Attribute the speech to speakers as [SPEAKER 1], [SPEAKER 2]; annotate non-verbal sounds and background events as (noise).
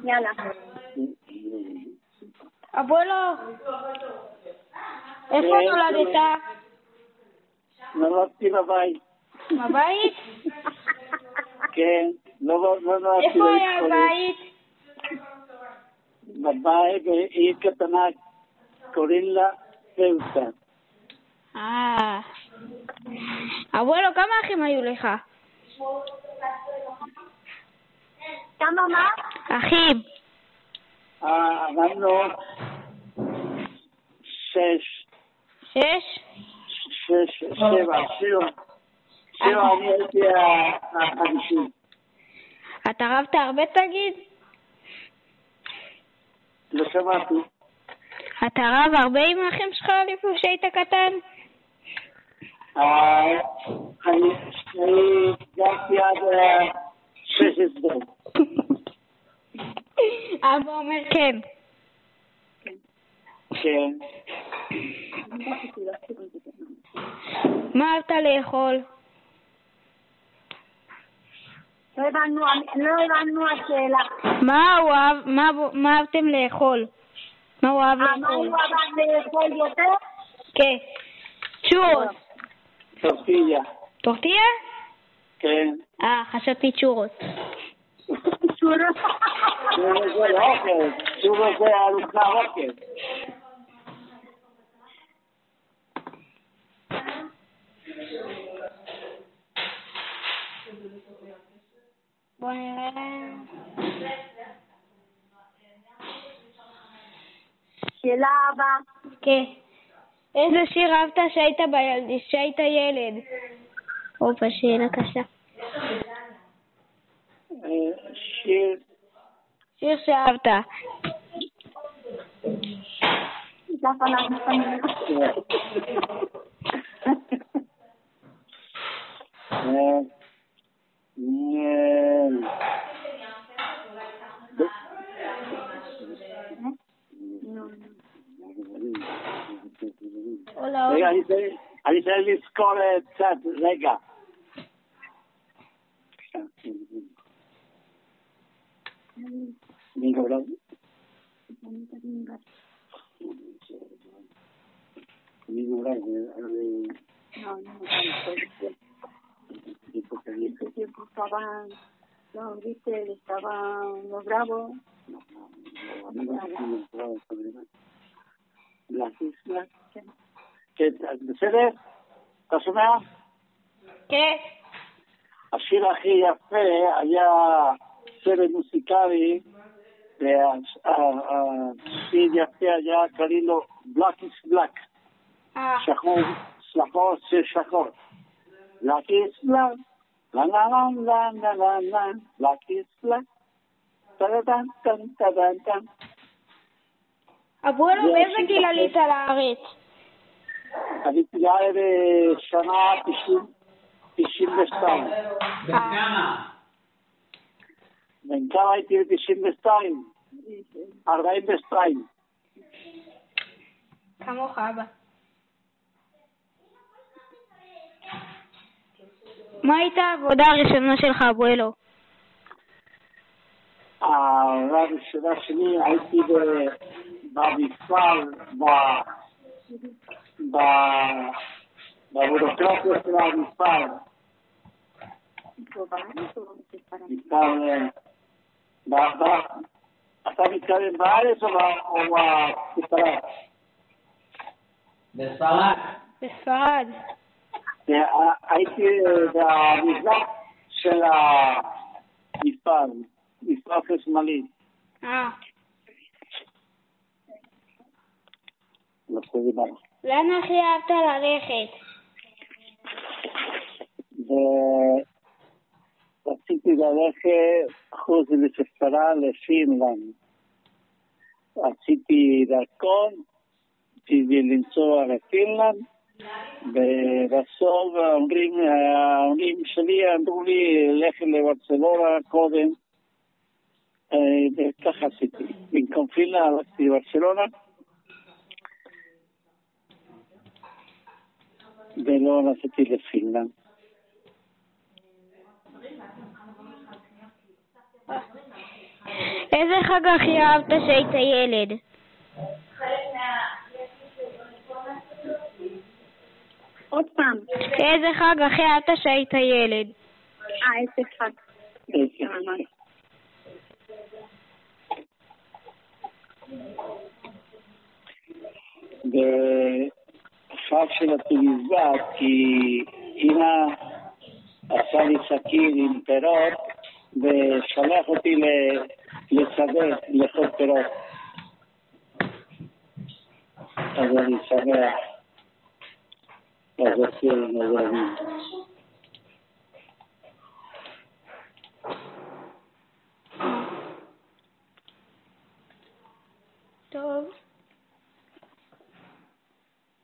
[SPEAKER 1] mañana.
[SPEAKER 2] Abuelo,
[SPEAKER 1] Sí,
[SPEAKER 2] esa no la de
[SPEAKER 1] sí.
[SPEAKER 2] ta.
[SPEAKER 1] No lo tira bye.
[SPEAKER 2] Mabait?
[SPEAKER 1] Que no lo no lo
[SPEAKER 2] Eso
[SPEAKER 1] tira.
[SPEAKER 2] es mabait.
[SPEAKER 1] Bye bye y que tana corilla peuta.
[SPEAKER 2] Ah. Abuelo, כמה אחים היו לך?
[SPEAKER 1] Tama ma.
[SPEAKER 2] אחים.
[SPEAKER 1] Ah, ganó seis
[SPEAKER 2] שש?
[SPEAKER 1] seis seba seba seba siete a a a decir.
[SPEAKER 2] אתה רבת הרבה תגיד?
[SPEAKER 1] Lo sabes
[SPEAKER 2] אתה רב הרבה עם האחים שלך לפני שהיית (laughs) קטן?
[SPEAKER 1] Ah, אני אני הגעתי עד אה, 16.
[SPEAKER 2] אבא אומר כן.
[SPEAKER 1] כן.
[SPEAKER 2] מה אהבת לאכול?
[SPEAKER 3] לא הבנו, לא הבנו השאלה.
[SPEAKER 2] מה הוא אהב, מה, מה אהבתם לאכול? אה, מה הוא אהב
[SPEAKER 3] אמרנו
[SPEAKER 2] לאכול?
[SPEAKER 3] אבל לאכול יותר?
[SPEAKER 2] כן. צ'ורות.
[SPEAKER 1] טורטיליה.
[SPEAKER 2] טורטיה?
[SPEAKER 1] כן.
[SPEAKER 2] אה, חשבתי צ'ורות.
[SPEAKER 3] שורות.
[SPEAKER 1] תשובה זה אוכל. תשובה זה ארוחה אוכל.
[SPEAKER 2] בוא נראה.
[SPEAKER 3] שאלה הבאה.
[SPEAKER 2] כן. איזה שיר אהבת שהיית, בילד, שהיית ילד? הופה, שאלה קשה.
[SPEAKER 1] אה, שיר
[SPEAKER 2] שיר שאהבת.
[SPEAKER 3] ככה אנחנו שמים.
[SPEAKER 2] עולה
[SPEAKER 1] רגע,
[SPEAKER 2] עולה.
[SPEAKER 1] אני צריך- אני צריך לזכור אה, קצת, רגע. מי לא? מי לא? אני-
[SPEAKER 3] לא, לא, לא.
[SPEAKER 1] אני פה כאן.
[SPEAKER 3] Este tiempo estaban los viste, estaban los bravos.
[SPEAKER 1] לאסיסלה, כן. כן, אז בסדר? אתה שומע?
[SPEAKER 2] כן.
[SPEAKER 1] השיר הכי יפה היה סרט מוסיקלי, והשיר יפה היה, קוראים לו בלאק איס בלאק,
[SPEAKER 2] אה,
[SPEAKER 1] שחור, שחור זה שחור. בלאק איס בלאק, לה לה לה לה לה לה לה, בלאק איס בלאק, טה-טה-טם, טם-טם-טם.
[SPEAKER 2] אבולו,
[SPEAKER 1] זה
[SPEAKER 2] באיזה
[SPEAKER 1] השיר
[SPEAKER 2] גיל
[SPEAKER 1] הכי-
[SPEAKER 2] עלית לארץ?
[SPEAKER 1] עליתי לארץ בשנה 90 92. בן כמה הייתי ב-92? 42.
[SPEAKER 2] כמוך אבא. מה הייתה העבודה הראשונה שלך, אבואלו?
[SPEAKER 1] העבודה הראשונה שלי הייתי ב- במפעל, ב- ב- בביורוקרטיה של המפעל, מפעל... אה, ב- ב- אתה מתכוון בארץ או ב- או בספרד?
[SPEAKER 4] בספרד.
[SPEAKER 2] בספרד.
[SPEAKER 1] הייתי במזרח אה, של המפעל, מפעל חשמלי.
[SPEAKER 2] אה.
[SPEAKER 1] לא קוראים לה.
[SPEAKER 2] לאן הכי אהבת ללכת?
[SPEAKER 1] ורציתי ללכת חוץ מספרה לפינלנד. רציתי דרכון, רציתי לנסוע לפינלנד, ובסוף ההורים ההורים שלי אמרו לי, לך לברצלונה קודם. אה, וככה עשיתי. במקום פינלנד הלכתי לברצלונה. ולא נסעתי לפינלנד.
[SPEAKER 2] איזה חג הכי אהבת כשהיית ילד?
[SPEAKER 3] עוד פעם.
[SPEAKER 2] איזה חג הכי אהבת כשהיית ילד?
[SPEAKER 3] אה, איזה חג. ממש.
[SPEAKER 1] בחג של הט"ו, כי אימא עשה לי סכין עם פירות ושלח אותי ל- לשדה לאכול פירות. אז אני שמח. אז עשינו, אז אני...